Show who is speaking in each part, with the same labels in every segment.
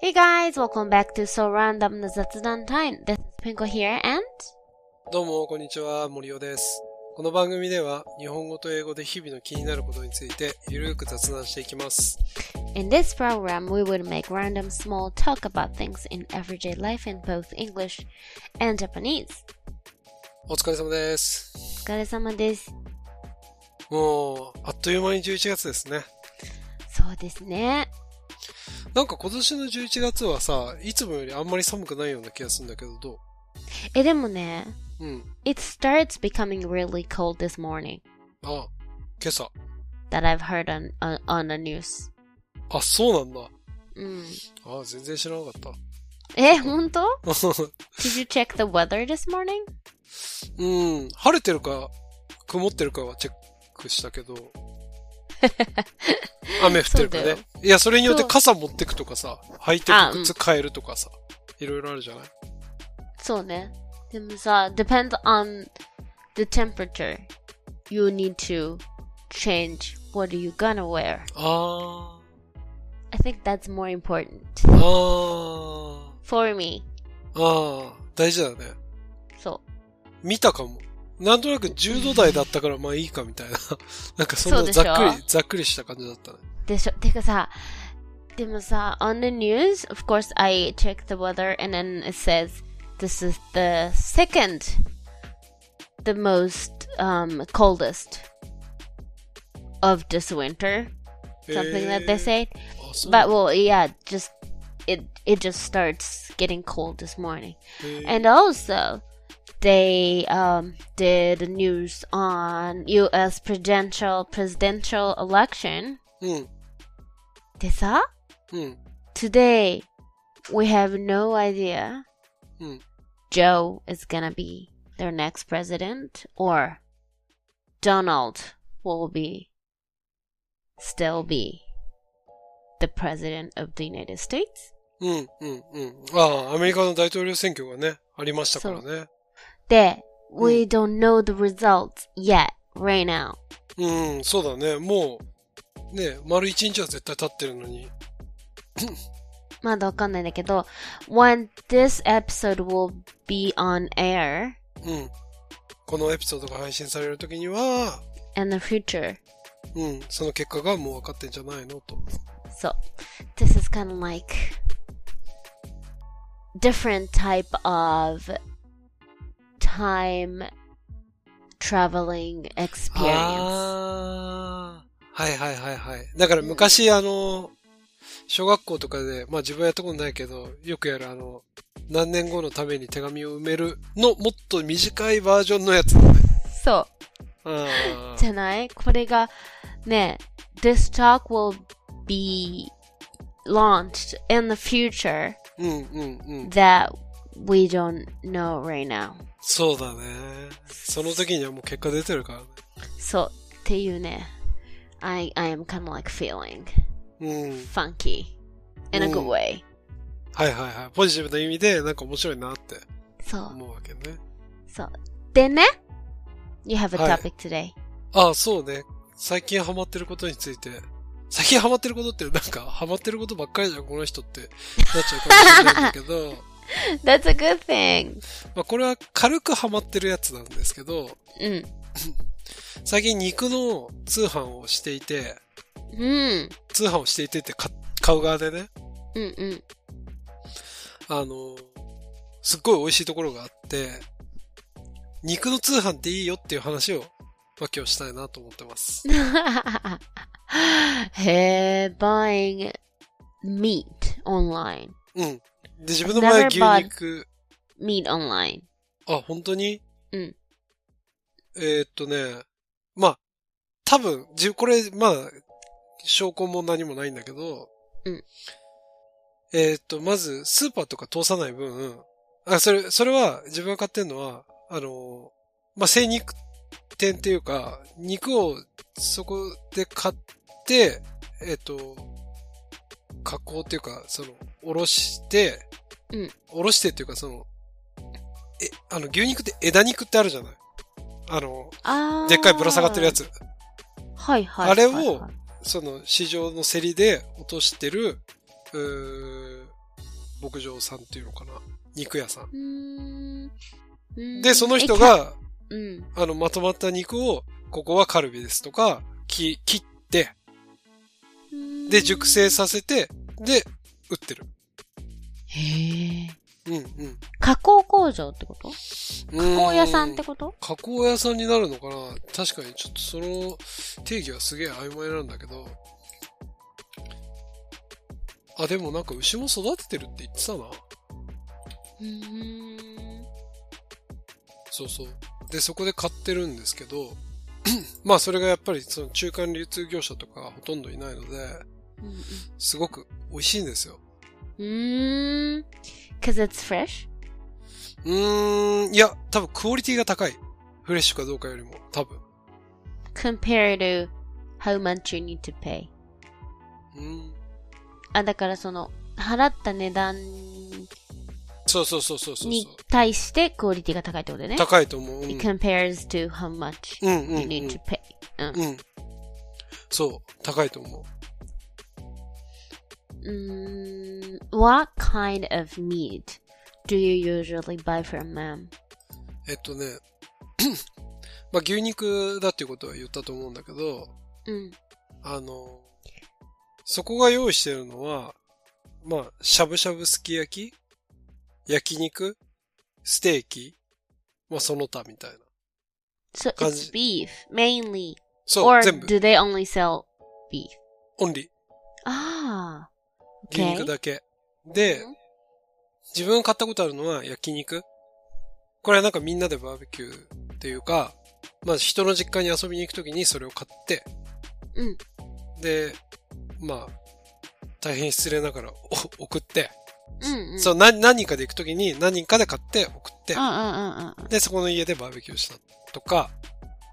Speaker 1: Hey guys, welcome back to So Random の雑談 Time. This is Pinko here and
Speaker 2: どうも、こんにちは、森尾です。この番組では、日本語と英語で日々の気になることについて、ゆるーく雑談していきます。
Speaker 1: in this program we will make random small talk about things in everyday life in both English and Japanese.
Speaker 2: お疲れ様です。
Speaker 1: お疲れ様です。
Speaker 2: もう、あっという間に11月ですね。
Speaker 1: そうですね。
Speaker 2: なんか今年の11月はさ、いつもよりあんまり寒くないような気がするんだけど、ど
Speaker 1: え、でもね、
Speaker 2: ううん。
Speaker 1: it starts becoming really cold this morning
Speaker 2: あ、今朝。
Speaker 1: that I've heard on, on, on the news. Hmm.
Speaker 2: あ、そうなんだ。
Speaker 1: うん。
Speaker 2: あ、全然知らなかった。
Speaker 1: え、本当
Speaker 2: う
Speaker 1: Eh, Did you check the weather this morning?
Speaker 2: ん、晴れてるか、曇ってるかはチェックした けど、雨降ってるか
Speaker 1: そうだよ
Speaker 2: ね。いや、それによって
Speaker 1: そう
Speaker 2: 傘持ってくとかさ、履いて
Speaker 1: あう
Speaker 2: く
Speaker 1: ん
Speaker 2: 靴変えるとかさ、いろいろあるじゃない
Speaker 1: そうね。でもさ、depends on the temperature. You need to change what are you gonna wear.
Speaker 2: あ
Speaker 1: I think that's more important
Speaker 2: ー、あ
Speaker 1: for me.
Speaker 2: ー、あー、大事だね。
Speaker 1: そ
Speaker 2: 見たかも。なんとなく10度台だっ たからまあいいかみたいな。 なんかそん
Speaker 1: そう
Speaker 2: な
Speaker 1: でしょ
Speaker 2: ざっくり、ざっくりした感じだったね。
Speaker 1: う。でしょ。てかさ、でもさ、on the news, of course I check the weather and then it says this is the second the most um, coldest of this winter. Something that they
Speaker 2: えー
Speaker 1: said.
Speaker 2: あそう
Speaker 1: But well, yeah, just it it just starts getting cold this morning,
Speaker 2: えー
Speaker 1: and also they um, did news on U.S. presidential presidential election.
Speaker 2: うん、
Speaker 1: Desa,
Speaker 2: うん、
Speaker 1: today we have no idea
Speaker 2: うん。
Speaker 1: Joe is gonna be their next president or Donald will be still be the president of the United States.
Speaker 2: うん、うん、うん。ああ、アメリカの大統領選挙がね、ありましたからね。
Speaker 1: that we don't know the results yet right now.
Speaker 2: うん、そうだね。もう、ね、丸一日は絶対経ってるのに。
Speaker 1: まだわかんないんだけど when this episode will be on air
Speaker 2: うん。このエピソードが配信される時には、
Speaker 1: in the future.
Speaker 2: うん、その結果がもう分かってんじゃないのと。
Speaker 1: So this is kind of like different type of time traveling
Speaker 2: Ah.
Speaker 1: experience.
Speaker 2: ああ。はいはいはいはい。だから昔、あの、小学校とかで、まあ自分はやったことないけど、よくやるあの、何年後のために手紙を埋めるの、もっと短いバージョンのやつだね。
Speaker 1: そう。
Speaker 2: ああ。
Speaker 1: じゃないこれがね、this talk will be launched in the future
Speaker 2: うんうんうん。
Speaker 1: that we don't know right now.
Speaker 2: そうだね。その時にはもう結果出てるからね。
Speaker 1: So, っていうね I, I am kind of like feeling
Speaker 2: うん。
Speaker 1: funky in a good
Speaker 2: うん。
Speaker 1: way.
Speaker 2: はいはいはい。ポジティブな意味で、なんか面白いなって
Speaker 1: そう。
Speaker 2: 思うわけね。
Speaker 1: そう。でね、you have a
Speaker 2: はい。
Speaker 1: topic today.
Speaker 2: ああ、そうね。最近ハマってることについて。最近ハマってることって、なんか、ハマってることばっかりじゃん、この人って。なっちゃうかもしれないんだけど、
Speaker 1: That's a good thing.
Speaker 2: まあこれは軽くハマってるやつなんですけど、
Speaker 1: Mm,
Speaker 2: 最近肉の通販をしていて、
Speaker 1: mm,
Speaker 2: 通販をしていてって買買う側でね、
Speaker 1: mm,
Speaker 2: あの、すっごい美味しいところがあって、肉の通販っていいよっていう話を、まあ、今日したいなと思ってます。
Speaker 1: うんうん。へえ、buying meat online.
Speaker 2: うん。で、自分の前
Speaker 1: Never
Speaker 2: 牛
Speaker 1: bought-
Speaker 2: 肉、
Speaker 1: Meat online.
Speaker 2: あ、本当に
Speaker 1: うん。
Speaker 2: えーっとね、まあ、多分、じこれ、まあ、証拠も何もないんだけど、
Speaker 1: うん。
Speaker 2: えーっと、まず、スーパーとか通さない分、あ、それ、それは、自分が買ってるのは、あの、まあ、精肉店っていうか、肉をそこで買って、えーっと、加工っていうか、その、おろして、
Speaker 1: うん。
Speaker 2: おろしてっていうか、その、え、あの、牛肉って枝肉ってあるじゃないあの、
Speaker 1: あー
Speaker 2: でっかいぶら下がってるやつ。
Speaker 1: はいはい。
Speaker 2: あれを
Speaker 1: はいはい
Speaker 2: その、市場の競りで落としてる、うー牧場さんっていうのかな。肉屋さん。
Speaker 1: うん。うん
Speaker 2: で、その人、が、
Speaker 1: えかうん。
Speaker 2: あの、まとまった肉を、ここはカルビですとか、き切って、
Speaker 1: うん
Speaker 2: で、熟成させて、で、売ってる。
Speaker 1: へえ。
Speaker 2: うん、うん。
Speaker 1: 加工工場ってこと加工屋さんって
Speaker 2: う
Speaker 1: こと
Speaker 2: 加工屋さんになるのかな確かにちょっとその定義はすげえ曖昧なんだけど。あ、でもなんか牛も育ててるって言ってたな。
Speaker 1: うん。
Speaker 2: そうそう。で、そこで買ってるんですけど、 まあそれがやっぱりその中間流通業者とかがほとんどいないので、すごく美味しいんですよ。
Speaker 1: うん。cause it's fresh?
Speaker 2: うーん、いや、多分クオリティが高い。フレッシュかどうかよりも、多分。
Speaker 1: compared to how much you need to pay.
Speaker 2: うん。
Speaker 1: あ、だからその、払った値段
Speaker 2: そうそうそうそうそう
Speaker 1: に
Speaker 2: そう。
Speaker 1: 対してクオリティが高いってことね。
Speaker 2: 高いと思う。うん
Speaker 1: It compares to how much
Speaker 2: うんうん
Speaker 1: you
Speaker 2: うん
Speaker 1: need to pay. うん
Speaker 2: うん。そう、高いと思う。
Speaker 1: Mm, what kind of meat do you usually buy from them?
Speaker 2: えっとね、 まあ牛肉だっていうことは言ったと思うんだけど、
Speaker 1: うん。
Speaker 2: あの、そこが用意してるのは、まあ、しゃぶしゃぶすき焼き焼肉ステーキまあ、その他みたいな。
Speaker 1: So
Speaker 2: 感
Speaker 1: it's
Speaker 2: じ
Speaker 1: beef mainly,
Speaker 2: そ
Speaker 1: or
Speaker 2: う、全部。
Speaker 1: do they only sell beef?
Speaker 2: オンリー。
Speaker 1: Ah,
Speaker 2: 牛
Speaker 1: okay.
Speaker 2: 肉だけ。で、自分が買ったことあるのは焼肉。これはなんかみんなでバーベキューっていうか、まあ人の実家に遊びに行くときにそれを買って、
Speaker 1: うん
Speaker 2: で、まあ、大変失礼ながら お送って、
Speaker 1: うんうん。
Speaker 2: そう、な、何人かで行くときに何人かで買って送って
Speaker 1: うん、うんうんうん。
Speaker 2: で、そこの家でバーベキューしたとか、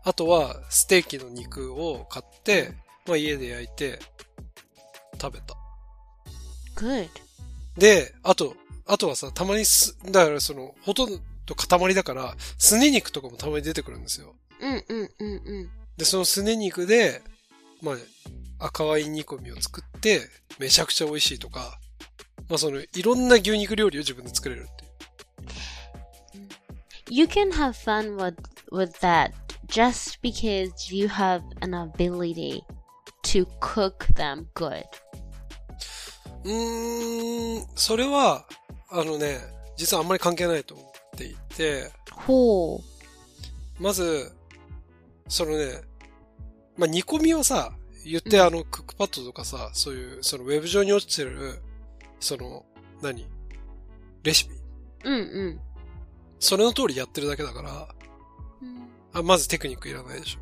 Speaker 2: あとはステーキの肉を買って、まあ家で焼いて食べた。
Speaker 1: Good.
Speaker 2: で、あと、あとはさ、たまにす、だからその、ほとんど塊だから、すね肉とかもたまに出てくるんですよ。
Speaker 1: うんうんうんうん。
Speaker 2: で、そのすね肉で、まあ、赤ワイン煮込みを作って、めちゃくちゃ美味しいとか、まあその、いろんな牛肉料理を自分で作れるっていう。
Speaker 1: You can have fun with, with that just because you have an ability to cook them good.
Speaker 2: うーん、それは、あのね、実はあんまり関係ないと思っていて、
Speaker 1: ほ
Speaker 2: まず、そのね、まあ、煮込みをさ、言ってあの、クックパッドとかさ、そういう、そのウェブ上に落ちてる、その、何レシピ
Speaker 1: う。うん
Speaker 2: それの通りやってるだけだから、
Speaker 1: うん。
Speaker 2: あまずテクニックいらないでしょ。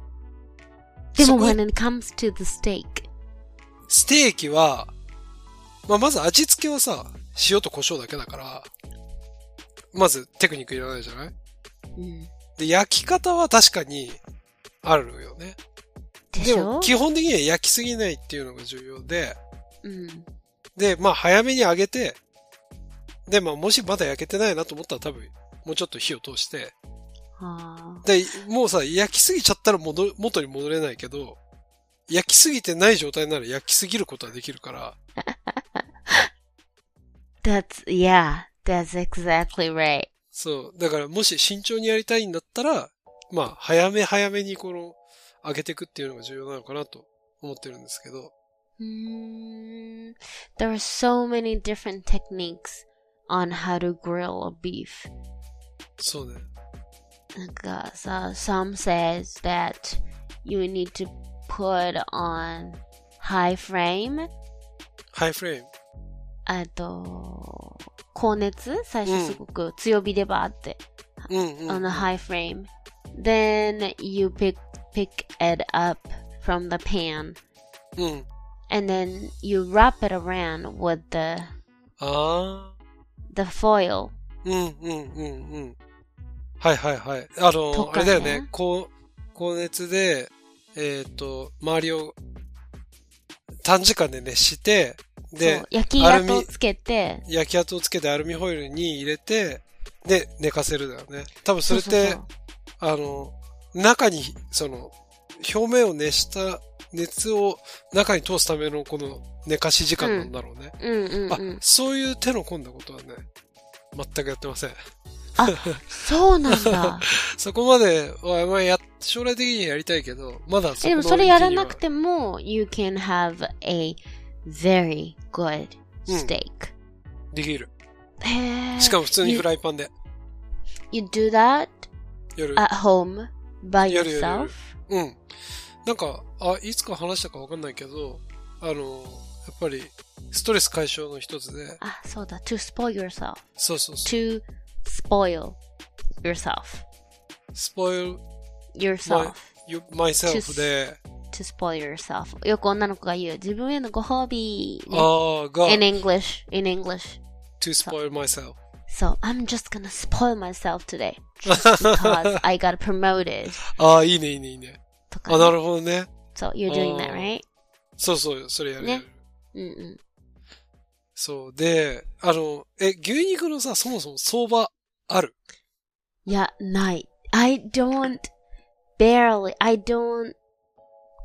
Speaker 1: でも、
Speaker 2: そこ
Speaker 1: when it comes to the steak.
Speaker 2: ステーキは、まあ、まず味付けはさ、塩と胡椒だけだから、まずテクニックいらないじゃない
Speaker 1: うん、
Speaker 2: で、焼き方は確かに、あるよね。
Speaker 1: でし
Speaker 2: でも、
Speaker 1: ょ
Speaker 2: 基本的には焼きすぎないっていうのが重要で、
Speaker 1: うん。
Speaker 2: で、まあ早めに揚げて、で、まあもしまだ焼けてないなと思ったら多分、もうちょっと火を通して、
Speaker 1: あ
Speaker 2: で、もうさ、焼きすぎちゃったら戻る、元に戻れないけど、焼きすぎてない状態なら焼きすぎることはできるから、
Speaker 1: ー That's, yeah, that's exactly right.
Speaker 2: そう。だからもし慎重にやりたいんだったら、まあ早め早めにこの、揚げていくっていうのが重要なのかなと思ってるんですけど、
Speaker 1: Mm, There are so many different techniques on how to grill a beef.
Speaker 2: そうね。
Speaker 1: なんかさ uh, some says that you need to put on high frame
Speaker 2: ハイフレーム。
Speaker 1: あと高熱最初すごく強火でバーって、
Speaker 2: うんうん。
Speaker 1: on a high frame then you pick pick it up from the pan
Speaker 2: うん。
Speaker 1: and then you wrap it around with the
Speaker 2: ああ。
Speaker 1: the foil
Speaker 2: うんうんうんうん。はいはいはい。あの、
Speaker 1: と
Speaker 2: あ
Speaker 1: か
Speaker 2: れ
Speaker 1: ね
Speaker 2: だよね。高、高熱で、えっ、と、周りを短時間で熱して、
Speaker 1: そ
Speaker 2: で
Speaker 1: う、焼き
Speaker 2: アルミ
Speaker 1: 跡をつけて
Speaker 2: 焼き跡をつけてアルミホイルに入れて、で、寝かせるだよね。多分それって、
Speaker 1: うう
Speaker 2: あの、中に、その、表面を熱した熱を中に通すためのこの寝かし時間なんだろうね。
Speaker 1: うんうんう
Speaker 2: あ
Speaker 1: ん、。
Speaker 2: そういう手の込んだことはね、全くやってません。
Speaker 1: そうなんだ。
Speaker 2: そこまでは、まあ、や、将来的にはやりたいけど、まだ
Speaker 1: えで
Speaker 2: そこの
Speaker 1: もそれやらなくても、you can have a very good
Speaker 2: うん
Speaker 1: steak.、
Speaker 2: できる。
Speaker 1: へー
Speaker 2: しかも普通にフライパンで。
Speaker 1: You, you do that
Speaker 2: 夜。
Speaker 1: at home by
Speaker 2: やるやるや
Speaker 1: yourself?
Speaker 2: るうん。なんか、あ、いつか話したかわかんないけど、あの、やっぱり、ストレス解消の一つで、
Speaker 1: あ、そうだ。to spoil yourself.
Speaker 2: そうそうそう。
Speaker 1: to spoil yourself.
Speaker 2: spoil
Speaker 1: yourself.
Speaker 2: you, myself で、
Speaker 1: to spoil yourself. よく女の子が言う。自分へのご褒美、
Speaker 2: あ
Speaker 1: ね。
Speaker 2: ーが、
Speaker 1: in English, in English.
Speaker 2: to spoil myself.
Speaker 1: So, I'm just gonna spoil myself today. Just because I got promoted.
Speaker 2: ああ、いいね、いいね、いいね。
Speaker 1: とか、
Speaker 2: あ、
Speaker 1: ね。
Speaker 2: なるほどね。
Speaker 1: So, you're doing that, right?
Speaker 2: そうそう、それやる。
Speaker 1: ね
Speaker 2: やる
Speaker 1: うんうん。
Speaker 2: そう。で、あの、え、牛肉のさ、そもそも相場ある
Speaker 1: いや、ない。I don't, barely, I don't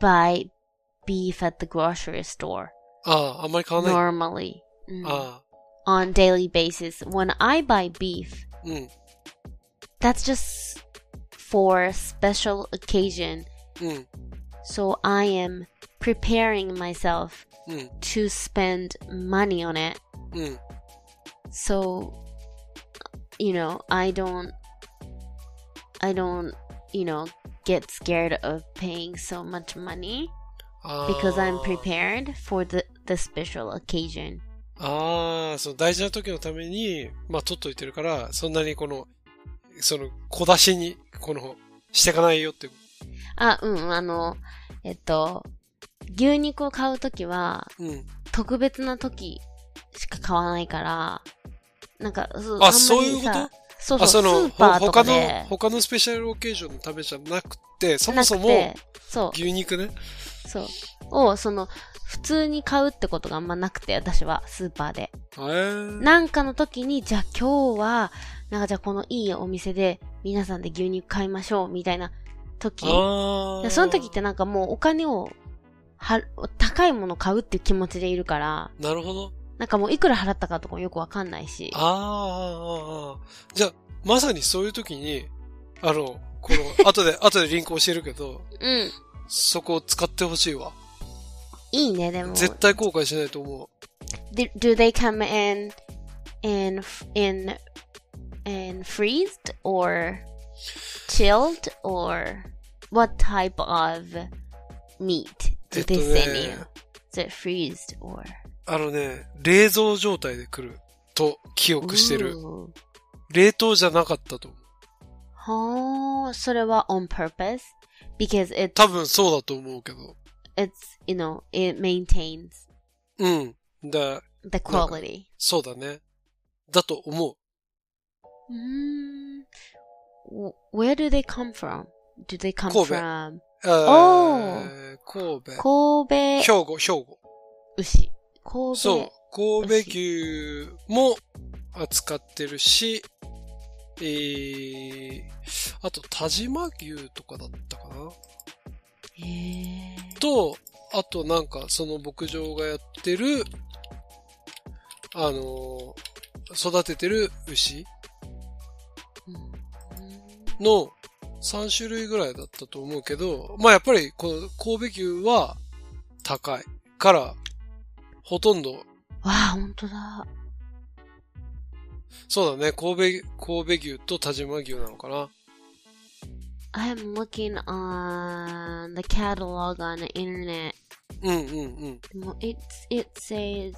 Speaker 1: buy beef at the grocery store
Speaker 2: ああ、あんまり買わない。あ
Speaker 1: normally. うん
Speaker 2: あ
Speaker 1: on daily basis. When I buy beef,
Speaker 2: ー、うん、
Speaker 1: that's just for special occasion.
Speaker 2: うん、
Speaker 1: So I am preparing myself
Speaker 2: うん、
Speaker 1: to spend money on it.
Speaker 2: うん。
Speaker 1: So, you know, I don't, I don't, you know, get scared of paying so much money
Speaker 2: あー
Speaker 1: because I'm prepared for the, the special occasion.
Speaker 2: ああ、その大事な時のために、まあ、取っといてるから、そんなにこの、その、小出しに、この、してかないよって。
Speaker 1: あ、うん、あの、えっと、牛肉を買うときは、
Speaker 2: うん。
Speaker 1: 特別な時しか買わないから、なんか、そ
Speaker 2: あ
Speaker 1: んまり
Speaker 2: そういうこと
Speaker 1: さそうそ
Speaker 2: あ、
Speaker 1: う、
Speaker 2: その、
Speaker 1: スーパーと
Speaker 2: ほ他
Speaker 1: か
Speaker 2: の
Speaker 1: で、、
Speaker 2: 他のスペシャルオーケーションのためじゃなくて、そも
Speaker 1: な
Speaker 2: そ
Speaker 1: く
Speaker 2: も
Speaker 1: て、、そ
Speaker 2: 牛肉ね。
Speaker 1: う、そう、を、その、普通に買うってことがあんまなくて、私は、スーパーで。
Speaker 2: えー、
Speaker 1: なんかの時に、じゃあ今日は、なんかじゃあこのいいお店で、皆さんで牛肉買いましょう、みたいな時。
Speaker 2: ああ。
Speaker 1: でその時ってなんかもうお金を、は、高いもの買うっていう気持ちでいるから、
Speaker 2: なるほど。
Speaker 1: なんかもういくら払ったかとかもよくわかんないし。
Speaker 2: あーあーあーあー。じゃあ、まさにそういう時に、あの、この、後で、後でリンク教えるけど、
Speaker 1: うん。
Speaker 2: そこを使ってほしいわ。
Speaker 1: いいね、でも。
Speaker 2: 絶対後悔しないと思う。
Speaker 1: Do, do they come in, in, f- in, in freezed or chilled or what type of meat do they
Speaker 2: えっと
Speaker 1: send
Speaker 2: ね
Speaker 1: you? Is it freezed or?
Speaker 2: あのね、冷蔵状態で来ると記憶してる。
Speaker 1: Ooh.
Speaker 2: 冷凍じゃなかったと思う。
Speaker 1: はあ、それは Oh, on purpose? Because it,
Speaker 2: 多分そうだと思うけど。
Speaker 1: it's, you know, it maintains
Speaker 2: うん。だ、
Speaker 1: the quality.
Speaker 2: そうだね。だと思う。
Speaker 1: Mm. W- Where do they come from? Do they come
Speaker 2: 神戸
Speaker 1: from
Speaker 2: えー、神戸。
Speaker 1: 神戸
Speaker 2: 兵庫、兵庫。
Speaker 1: 牛？神戸
Speaker 2: そう。神戸牛も扱ってるし、えー、あと田島牛とかだったかな
Speaker 1: へー
Speaker 2: と、あとなんか、その牧場がやってる、あのー育ててる牛
Speaker 1: うん
Speaker 2: の3種類ぐらいだったと思うけど、まあやっぱりこの神戸牛は高いから、ほとんど、
Speaker 1: わあ本当だ。
Speaker 2: そうだね、神戸、神戸牛と田島牛なのかな。
Speaker 1: I am looking on the catalog on the internet.
Speaker 2: うんうんうん。
Speaker 1: でも it's it says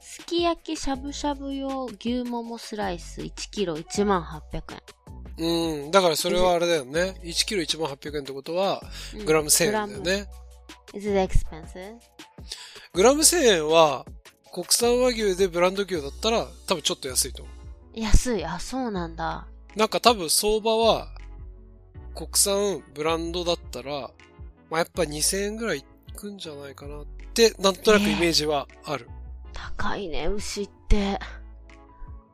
Speaker 1: すき焼きしゃぶしゃぶ用牛ももスライス1キロ1万800
Speaker 2: うん。だからそれはあれだよね。1キロ1万800円ってことは、
Speaker 1: 円。うん
Speaker 2: グラム1000円だよ。ね。
Speaker 1: グラム Is it expensive?
Speaker 2: グラム1000円は、国産和牛でブランド牛だったら、多分ちょっと安いと思
Speaker 1: 安い。あ、そうなんだ。
Speaker 2: う。なんか多分相場は、国産ブランドだったら、まあ、やっぱ2000円ぐらいいくんじゃないかなって、なんとなくイメージはある。
Speaker 1: 高いね、牛って。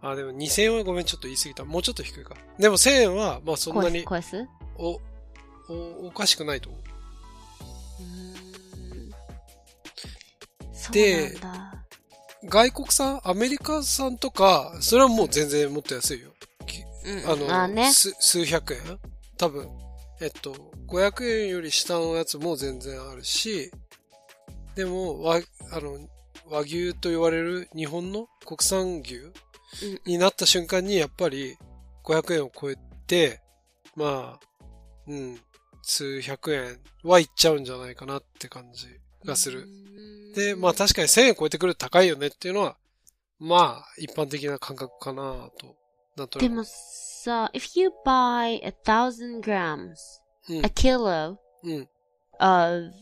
Speaker 2: あ、でも2000円はごめん、ちょっと言い過ぎた。もうちょっと低いか。でも1000円は、まあそんなに
Speaker 1: 超えす
Speaker 2: お、お、おかしくないと思う。で
Speaker 1: そうなんだ。
Speaker 2: 外国産、アメリカ産とか、それはもう全然もっと安いよ。き
Speaker 1: うん、
Speaker 2: あの、
Speaker 1: まあね。
Speaker 2: す数百円多分。えっと、500円より下のやつも全然あるし、でも、和、あの、和牛と言われる日本の国産牛
Speaker 1: うん
Speaker 2: になった瞬間にやっぱり500円を超えて、まあ、うん、数百円はいっちゃうんじゃないかなって感じがする。
Speaker 1: うん
Speaker 2: で、まあ確かに1000円超えてくると高いよねっていうのは、まあ一般的な感覚かなと。なんとな
Speaker 1: で
Speaker 2: く。
Speaker 1: もさ、if you buy a thousand grams,
Speaker 2: うん
Speaker 1: a kilo
Speaker 2: うん、
Speaker 1: of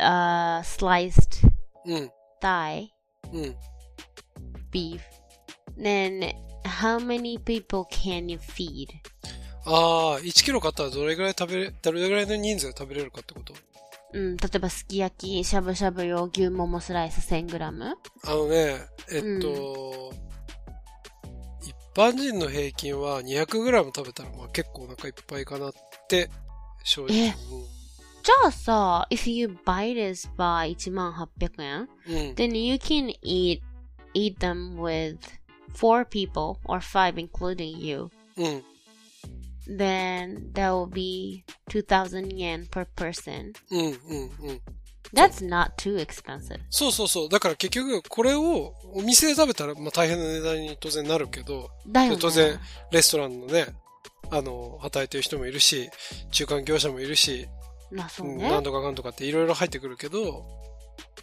Speaker 1: uh, sliced
Speaker 2: うん、
Speaker 1: thigh
Speaker 2: うん。
Speaker 1: beef, then how many people can you feed?
Speaker 2: ああ、1キロ買ったらどれぐらい食べれ、どれぐらいの人数が食べれるかってこと
Speaker 1: うん、例えばすき焼き、しゃぶしゃぶ用牛ももスライス 1000g?
Speaker 2: あのね、えっと、一般人の平均は 200g 食べたらまあ結構お腹いっぱいかなって、正直
Speaker 1: えじゃあさ、if you buy this by 1800円
Speaker 2: 思う。うん。
Speaker 1: then you can eat eat them with four people or five including you.
Speaker 2: うん。
Speaker 1: Then that will be 2000 yen per person.
Speaker 2: うん。うん。うん。
Speaker 1: That's not too expensive.
Speaker 2: そうそうそう。だから結局、これをお店で食べたら、まあ大変な値段に当然なるけど、
Speaker 1: だよね。
Speaker 2: 当然、レストランのね、あの、働いてる人もいるし、中間業者もいるし、
Speaker 1: まあそう
Speaker 2: うん
Speaker 1: ね。
Speaker 2: なんとかかんとかっていろいろ入ってくるけど、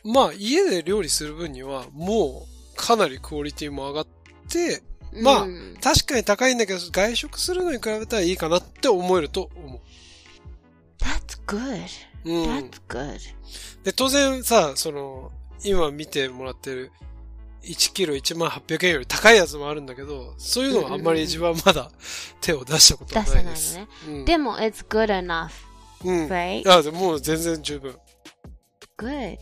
Speaker 2: まあ家で料理する分にはもうかなりクオリティも上がって、
Speaker 1: Hmm.
Speaker 2: まあ
Speaker 1: うん
Speaker 2: 確かに高いんだけど外食するのに比べたらいいかなって思えると思
Speaker 1: That's good.
Speaker 2: う。うん。
Speaker 1: That's good.
Speaker 2: で、当然さ、その、今見てもらってる1キロ1万800円より高いやつもあるんだけど、そういうのはあんまり自分はまだ手を出したこと
Speaker 1: 出
Speaker 2: は
Speaker 1: さな
Speaker 2: な
Speaker 1: い
Speaker 2: い
Speaker 1: の
Speaker 2: です。
Speaker 1: ね。
Speaker 2: うん
Speaker 1: でも、it's good enough,
Speaker 2: うん。
Speaker 1: right?
Speaker 2: あ、でももう全然十分。
Speaker 1: Good.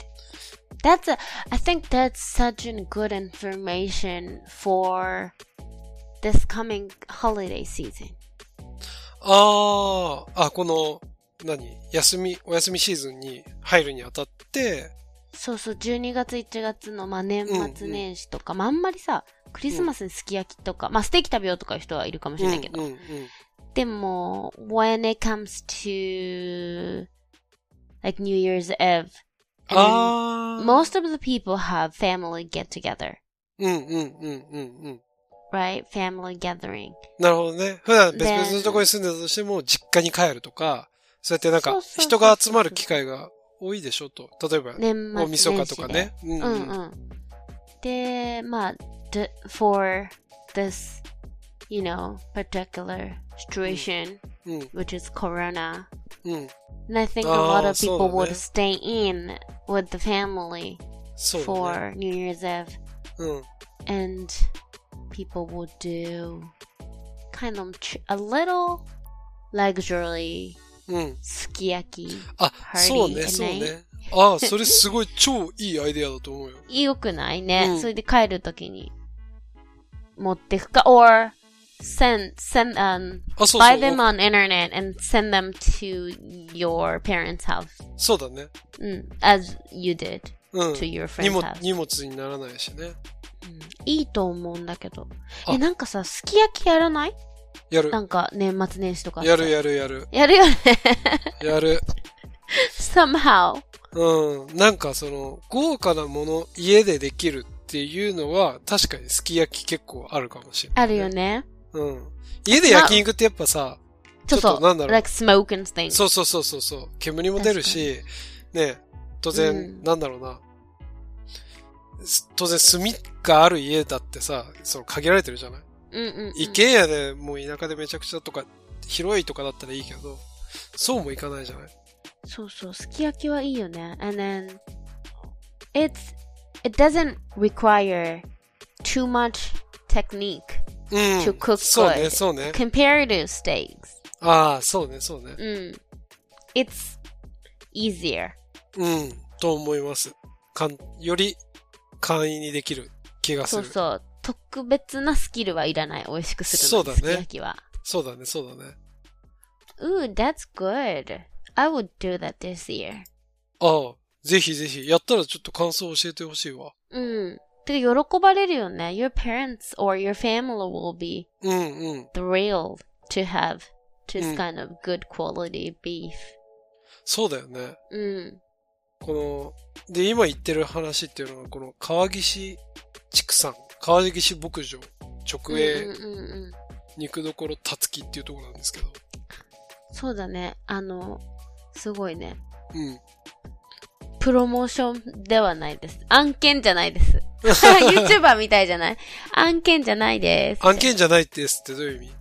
Speaker 1: That's a, I think that's such a good information for this coming holiday season.
Speaker 2: ああ、あ、この、何休み、お休みシーズンに入るにあたって、
Speaker 1: そうそう、12月、1月の、まあ、年末年始とか、まあ、あんまりさ、クリスマスにすき焼きとか、まあ、ステーキ食べようとかいう人はいるかもしれないけど。
Speaker 2: うんうんうん
Speaker 1: でも、when it comes to, like, New Year's Eve, and
Speaker 2: ああ。
Speaker 1: most of the people have family get together,
Speaker 2: うんうんうんうんうん。
Speaker 1: right? Family gathering.
Speaker 2: なるほどね。普段別々のとこに住んでたとしても、実家に帰るとか、そうやってなん
Speaker 1: そう
Speaker 2: か
Speaker 1: そう、そう
Speaker 2: 人が集まる機会が多いでしょと。例えば、
Speaker 1: 年末年始で。
Speaker 2: 大晦日とかね。うん
Speaker 1: うんうん。で、まあ、d- for this, you know, particular situation,
Speaker 2: うん。
Speaker 1: which is corona,
Speaker 2: うん。
Speaker 1: and I think a lot
Speaker 2: あー
Speaker 1: of people
Speaker 2: そうだね。
Speaker 1: would stay in with the family
Speaker 2: そうだね。
Speaker 1: for New Year's Eve,
Speaker 2: うん。
Speaker 1: and people would do kind of tr- a little luxury
Speaker 2: うん。
Speaker 1: sukiyaki.
Speaker 2: あ、
Speaker 1: Party
Speaker 2: そうね、
Speaker 1: at
Speaker 2: そう
Speaker 1: night
Speaker 2: ね。ああ、それすごい超いいアイデアだと思うよ。
Speaker 1: 良くないね。
Speaker 2: うん
Speaker 1: それで帰るときに持ってくか、or send, send, um,
Speaker 2: あ、そうそう。
Speaker 1: buy them on internet and send them to your parents' house.
Speaker 2: そうだね。
Speaker 1: うん、as you did
Speaker 2: うん。
Speaker 1: to your
Speaker 2: 荷
Speaker 1: friend's
Speaker 2: 物
Speaker 1: house.
Speaker 2: 荷物にならないしね。
Speaker 1: うんいいと思うんだけど。
Speaker 2: あ
Speaker 1: え、なんかさ、すき焼きやらない
Speaker 2: やる
Speaker 1: な。んか年末年始とか。
Speaker 2: やるやるやる。
Speaker 1: やるよね。
Speaker 2: やる。
Speaker 1: somehow.
Speaker 2: うん。なんかその、豪華なもの、家でできるっていうのは、確かにすき焼き結構あるかもしれない、
Speaker 1: あるよ。ね。
Speaker 2: うん。家で焼肉ってやっぱさ、
Speaker 1: ちょっ
Speaker 2: ちょっとな
Speaker 1: と
Speaker 2: んだ、ろう
Speaker 1: like smoke and things.
Speaker 2: そうそうそうそうそう、煙も出るし、ね、当然、
Speaker 1: うん
Speaker 2: なんだろうな。す当然、炭がある家だってさ、その限られてるじゃない
Speaker 1: うんうんうん。
Speaker 2: 一軒家でもう田舎でめちゃくちゃとか、広いとかだったらいいけど、そうもいかないじゃない
Speaker 1: そうそう、すき焼きはいいよね。And then, it's, it doesn't require too much technique
Speaker 2: うん。
Speaker 1: to cook
Speaker 2: そうね、
Speaker 1: good
Speaker 2: そうね。
Speaker 1: compared to steaks.
Speaker 2: ああ、そうね、そうね。
Speaker 1: うん。It's easier.
Speaker 2: うん、と思います。かん、より簡易にできる気がす
Speaker 1: そう
Speaker 2: る。そう
Speaker 1: そう。特別なスキルはいらない。美味しくする
Speaker 2: そ
Speaker 1: の
Speaker 2: うだ
Speaker 1: に
Speaker 2: ね
Speaker 1: すき焼きは。
Speaker 2: だね、そうだね。
Speaker 1: Ooh, that's good. I would do that this year.
Speaker 2: ああ、ぜひぜひ、やったらちょっと感想を教えてほしいわ。
Speaker 1: うん。てか喜ばれるよね。Your parents or your family will be
Speaker 2: うんうん。
Speaker 1: thrilled to have this
Speaker 2: うん
Speaker 1: kind of good quality beef.
Speaker 2: そうだよね。
Speaker 1: うん。
Speaker 2: この、で、今言ってる話っていうのは、この川岸畜産、川岸牧場、直
Speaker 1: うん
Speaker 2: 営
Speaker 1: うんうんうん。
Speaker 2: 肉どころたつきっていうところなんですけど。
Speaker 1: そうだね。あの、すごいね。
Speaker 2: うん。
Speaker 1: プロモーションではないです。案件じゃないです。YouTuber みたいじゃない案件じゃないです。
Speaker 2: 案件じゃないですってどういう意味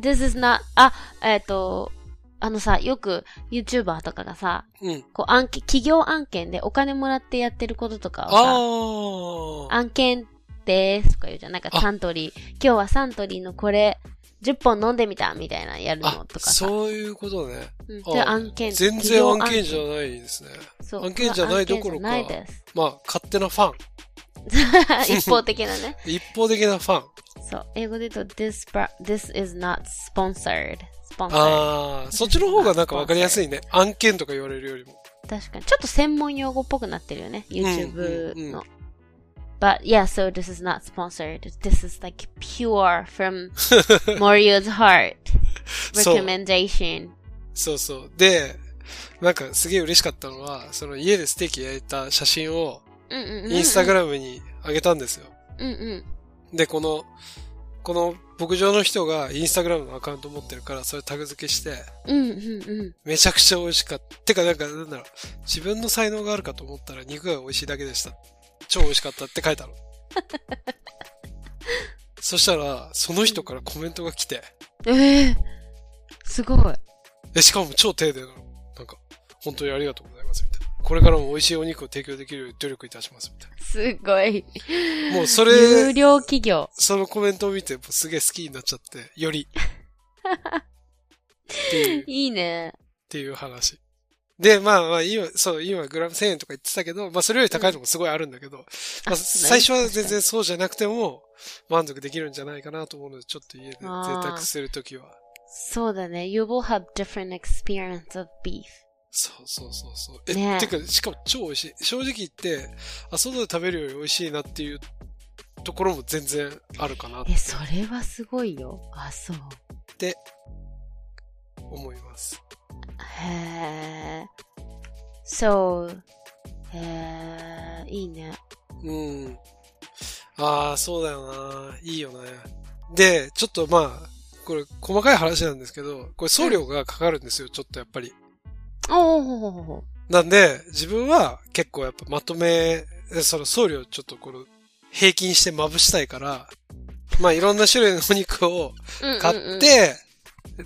Speaker 1: This is not, あ、えっ、と、あのさ、よく YouTuber とかがさ、
Speaker 2: うん。
Speaker 1: こう案件、企業案件でお金もらってやってることとかを
Speaker 2: あ
Speaker 1: さ、
Speaker 2: あ。
Speaker 1: 案件ですとか言うじゃん。なんか
Speaker 2: あ
Speaker 1: サントリー、今日はサントリーのこれ、10本飲んでみたみたいなのやるの
Speaker 2: あ
Speaker 1: と、かさ。
Speaker 2: そういうことね。
Speaker 1: うん、
Speaker 2: あ
Speaker 1: で案件
Speaker 2: 全
Speaker 1: 企
Speaker 2: 然
Speaker 1: 業
Speaker 2: 案件じゃないですね。
Speaker 1: そう
Speaker 2: 案件じゃないどころか
Speaker 1: 案件じゃないです。
Speaker 2: まあ、勝手なファン。
Speaker 1: 一方的なね。
Speaker 2: 一方的なファン。
Speaker 1: そう。英語で言うと、this, bra- this is not sponsored. sponsored.
Speaker 2: ああ、そっちの方がなんかわかりやす いね。案件とか言われるよりも。
Speaker 1: 確かに。ちょっと専門用語っぽくなってるよね。YouTube
Speaker 2: うんうんうん
Speaker 1: の。But yeah, so this is not sponsored. This is like pure from Morio's heart
Speaker 2: そう
Speaker 1: recommendation.
Speaker 2: そうそう。で、なんかすげえ嬉しかったのは、その家でステーキ焼いた写真を
Speaker 1: うんうんうんうん。
Speaker 2: インスタグラムに上げたんですよ。
Speaker 1: うんうん。
Speaker 2: で、この、この牧場の人がインスタグラムのアカウント持ってるから、それタグ付けして、
Speaker 1: うんうんうん。
Speaker 2: めちゃくちゃ美味しかった。てかなんか、なんだろう、自分の才能があるかと思ったら肉が美味しいだけでした。超美味しかったって書いたの。そしたら、その人からコメントが来て、
Speaker 1: ええすごい。
Speaker 2: え、しかも超丁寧なの。なんか、本当にありがとうございます、みたいな。これからも美味しいお肉を提供できるように努力いたします、みたい
Speaker 1: すごい。
Speaker 2: な。もうそ
Speaker 1: 有
Speaker 2: れ、
Speaker 1: 料企業。
Speaker 2: そのコメントを見て、もうすげえ好きになっちゃって、より。っていう、っ
Speaker 1: いいね。
Speaker 2: ていう話。で、まあまあ、今、そう、今、グラム1000円とか言ってたけど、まあ、それより高いのもすごいあるんだけど、 まあ、最初は全然そうじゃなくても、満足できるんじゃないかなと思うので、ちょっと家で贅沢するときは。
Speaker 1: そうだね。You will have different experience of beef.
Speaker 2: そうそうそうそう。え、
Speaker 1: ねえ
Speaker 2: てか、しかも超美味しい。正直言って、あ、外で食べるより美味しいなっていうところも全然あるかなっ
Speaker 1: え、それはすごいよ。あ、そう。
Speaker 2: て思います。
Speaker 1: へえ。そう。へえ、いいね。
Speaker 2: うん。ああ、そうだよな。いいよね。で、ちょっとまあ、これ細かい話なんですけど、これ送料がかかるんですよ、ちょっとやっぱり。
Speaker 1: おおほほほ
Speaker 2: なんで、自分は結構やっぱまとめ、その送料ちょっとこの平均してまぶしたいから、まあいろんな種類のお肉を買っ、て、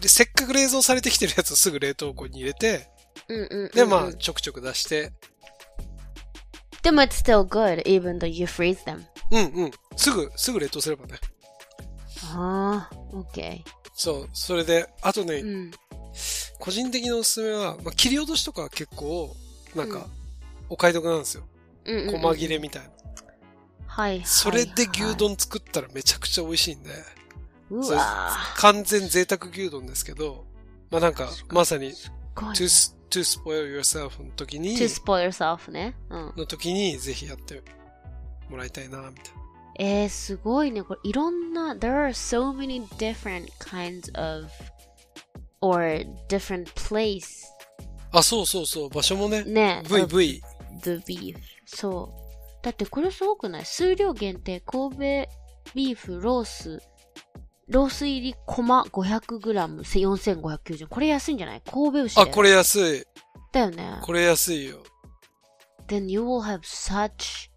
Speaker 2: でせっかく冷蔵されてきてるやつをすぐ冷凍庫に入れて、
Speaker 1: うんうんうんうんうん
Speaker 2: で、まあ、ちょくちょく出して、
Speaker 1: でも it's still good even though you freeze them.
Speaker 2: うんうん、すぐ、すぐ冷凍すればね。
Speaker 1: ああ、OK。
Speaker 2: そう、それで、あとね、
Speaker 1: うん。
Speaker 2: 個人的なおすすめは、まあ、切り落としとかは結構、なん
Speaker 1: うん
Speaker 2: か、お買い得なんですよ。
Speaker 1: うんうんうん
Speaker 2: 細切れみたいな。
Speaker 1: はいはいはい。
Speaker 2: それで牛丼作ったらめちゃくちゃ美味しいんで、
Speaker 1: う
Speaker 2: それ
Speaker 1: わー
Speaker 2: 完全贅沢牛丼ですけど、まあなんか、まさに、
Speaker 1: ごいね
Speaker 2: to, s- to spoil yourself の時に
Speaker 1: to、spoil yourself ね。うん。
Speaker 2: の時にぜひやってもらいたいな、みたいな。
Speaker 1: えー、すごいね。これいろんな、there are so many different kinds of or different place
Speaker 2: あ、そうそうそう、場所もね。
Speaker 1: ね。of
Speaker 2: VV。
Speaker 1: the beef そうだってこれすごくない数量限定神戸ビーフロースロース入りコマ 500g4590 円これ安いんじゃない神戸牛だ
Speaker 2: あ、
Speaker 1: よ
Speaker 2: これ安い。
Speaker 1: だよね
Speaker 2: これ安いよ。
Speaker 1: Then you will have such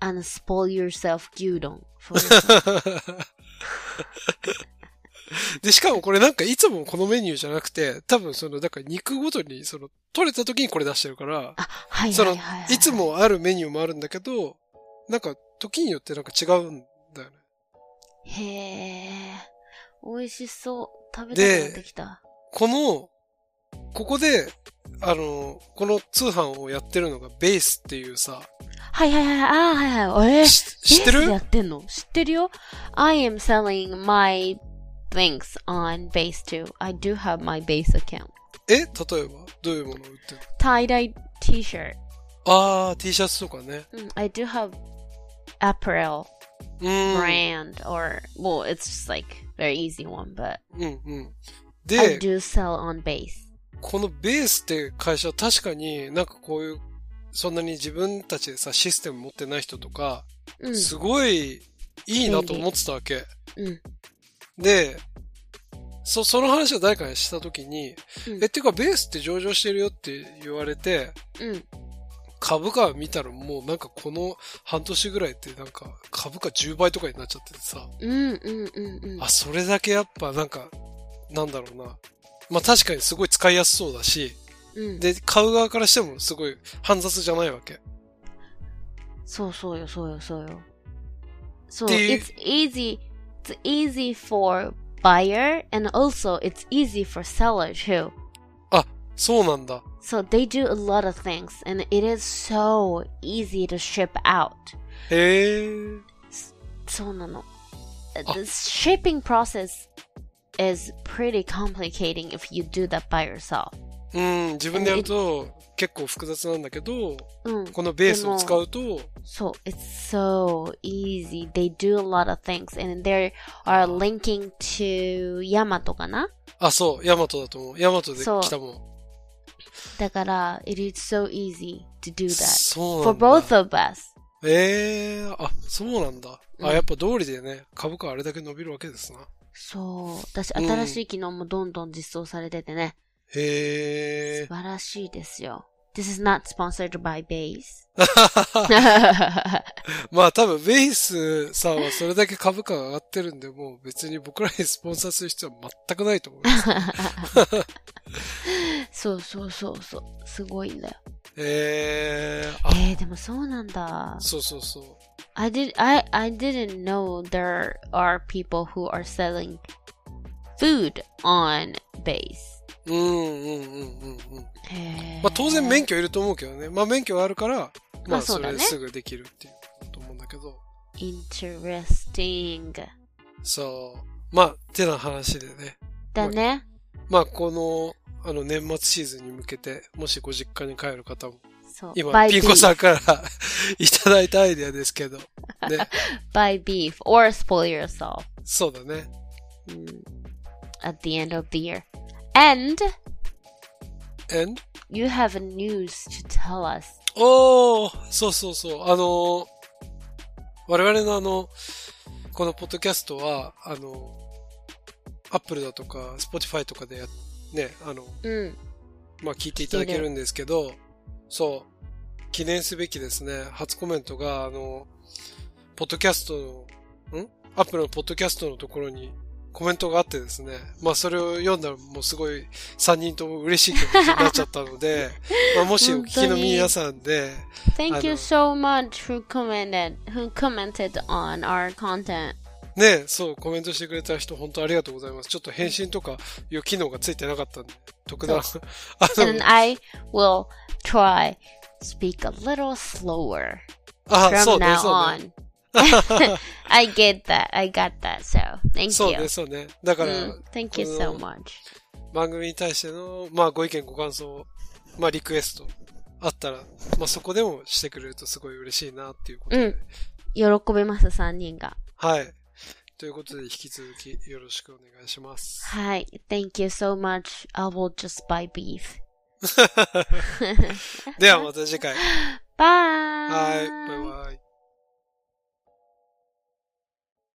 Speaker 1: and spoil yourself 牛丼 for
Speaker 2: で、しかもこれなんかいつもこのメニューじゃなくて、多分その、だから肉ごとに、その、取れた時にこれ出してるから、
Speaker 1: あはい
Speaker 2: そ
Speaker 1: は
Speaker 2: の
Speaker 1: いはい、はい、
Speaker 2: いつもあるメニューもあるんだけど、なんか時によってなんか違うんだよね。
Speaker 1: へえ美味しそう食べたくなってきた
Speaker 2: この、ここで、あの、この通販をやってるのがベースっていうさ、
Speaker 1: はいはいはいあーはいはいえー
Speaker 2: し知ってる
Speaker 1: ベースでやってんの知ってるよ ?I am selling my things on base too. I do have my base account.
Speaker 2: え例えばどういうものを売ってるの
Speaker 1: タイダイ t-shirt.
Speaker 2: ああ、T シャツとかね。
Speaker 1: Mm, I do have apparel
Speaker 2: うん。
Speaker 1: brand or well, it's just like very easy one, but
Speaker 2: うんうん。
Speaker 1: I
Speaker 2: で、
Speaker 1: do sell on base.
Speaker 2: このベースって会社は確かになんかこういう、そんなに自分たちでさ、システム持ってない人とか、
Speaker 1: Mm,
Speaker 2: すごいいいなと思ってたわけ。
Speaker 1: うん
Speaker 2: で、そ、その話を誰かにしたときに、
Speaker 1: うん
Speaker 2: え、っていうかベースって上場してるよって言われて、
Speaker 1: mm.
Speaker 2: 株価見たらもうなんかこの半年ぐらいってなんか株価10倍とかになっちゃっててさ、
Speaker 1: Mm, mm, mm, mm.
Speaker 2: あ、それだけやっぱなんか、なんだろうな。まあ確かにすごい使いやすそうだし、
Speaker 1: Mm.
Speaker 2: で、買う側からしてもすごい煩雑じゃないわけ。
Speaker 1: So so yo so yo so yo. So
Speaker 2: っていう-
Speaker 1: it's easy it's easy for buyer and also it's easy for seller too.
Speaker 2: そうなんだ。
Speaker 1: So they do a lot of things and it is so easy to ship out.
Speaker 2: へえ。
Speaker 1: So no no.
Speaker 2: Oh.
Speaker 1: The shipping process is pretty complicating if you do that by yourself.
Speaker 2: うん、自分でやると結構複雑なんだけど、
Speaker 1: Mm.
Speaker 2: このベースを使うと、
Speaker 1: So it's so easy. They do a lot of things and they are linking to Yamato かな
Speaker 2: あ、そう、ヤマトだと思う。ヤマトで
Speaker 1: そう
Speaker 2: 来たもん。
Speaker 1: だから、it is so easy to do that
Speaker 2: そう
Speaker 1: for
Speaker 2: なんだ。
Speaker 1: both of us.
Speaker 2: ええあ、そうなんだ。
Speaker 1: うん
Speaker 2: あ、やっぱ道理でね、株価あれだけ伸びるわけですな。
Speaker 1: そう。私、
Speaker 2: うん
Speaker 1: 新しい機能もどんどん実装されててね。
Speaker 2: へえ
Speaker 1: 素。晴らしいですよ。This is not sponsored by Base.
Speaker 2: まあ多分、ベイスさんはそれだけ株価が上がってるんで、もう別に僕らにスポンサーする必要は全くないと思い ます。
Speaker 1: そうそうそうそう。すごいんだよ。
Speaker 2: ええあ、
Speaker 1: えー、でもそうなんだ。
Speaker 2: そうそうそ
Speaker 1: I did I I didn't know there are people who are selling food on Base.
Speaker 2: う。うんうんうんうんうん。
Speaker 1: へー
Speaker 2: まあ当然免許いると思うけどね。まあ免許はあるから、ま
Speaker 1: まあ
Speaker 2: あ
Speaker 1: そ
Speaker 2: そう
Speaker 1: だ
Speaker 2: れ
Speaker 1: ね
Speaker 2: すぐできるっていうことだと思うんだけど。
Speaker 1: Eh, Interesting.
Speaker 2: そう。まあ、てな話でね。
Speaker 1: だね。
Speaker 2: まあこの、あの年末シーズンに向けて、もしご実家に帰る方も、
Speaker 1: そう。
Speaker 2: 今、
Speaker 1: buy
Speaker 2: ピンコ
Speaker 1: beef.
Speaker 2: さんから いただいたアイデアですけど、ね。
Speaker 1: buy beef or spoil yourself
Speaker 2: そうだね。
Speaker 1: mm, at the end of the year. And
Speaker 2: And?
Speaker 1: you have news to tell us.
Speaker 2: おーそうそうそう。あのー我々のあの、このポッドキャストは、あの、アップルだとか、スポティファイとかでや、ね、あの、
Speaker 1: Mm.
Speaker 2: まあ、聞いていただけるんですけど、そう、記念すべきですね、初コメントが、あの、ポッドキャストの、んアップルのポッドキャストのところにコメントがあってですね、まあ、それを読んだらもうすごい3人とも嬉しい気持ちになっちゃったので、まあ、もしお聞きの皆さんで、
Speaker 1: Thank you
Speaker 2: know.
Speaker 1: so much who commented who commented on our content.
Speaker 2: ね、そう、コメントしてくれた人、本当ありがとうございます。ちょっと返信とかいう機能がついてなかったんで、特段、 あ
Speaker 1: And
Speaker 2: の、
Speaker 1: I will try speak a little slower
Speaker 2: あ、
Speaker 1: from
Speaker 2: そうね、
Speaker 1: now
Speaker 2: そうね。
Speaker 1: on. I get that. I got that. So thank
Speaker 2: そうね、
Speaker 1: you.
Speaker 2: そうね。だから、
Speaker 1: Mm, thank you so
Speaker 2: この
Speaker 1: much.
Speaker 2: 番組に対しての、まあ、ご意見、ご感想、まあ、リクエスト、あったら、まあ、そこでもしてくれるとすごい嬉しいな、っていうことで。
Speaker 1: うん喜びます、3人が。
Speaker 2: はい。ということで、引き続きよろしくお願い します。
Speaker 1: Hi, thank you so much. I will just buy beef.
Speaker 2: では、また次回。はい、
Speaker 1: Bye.
Speaker 2: バイバイ。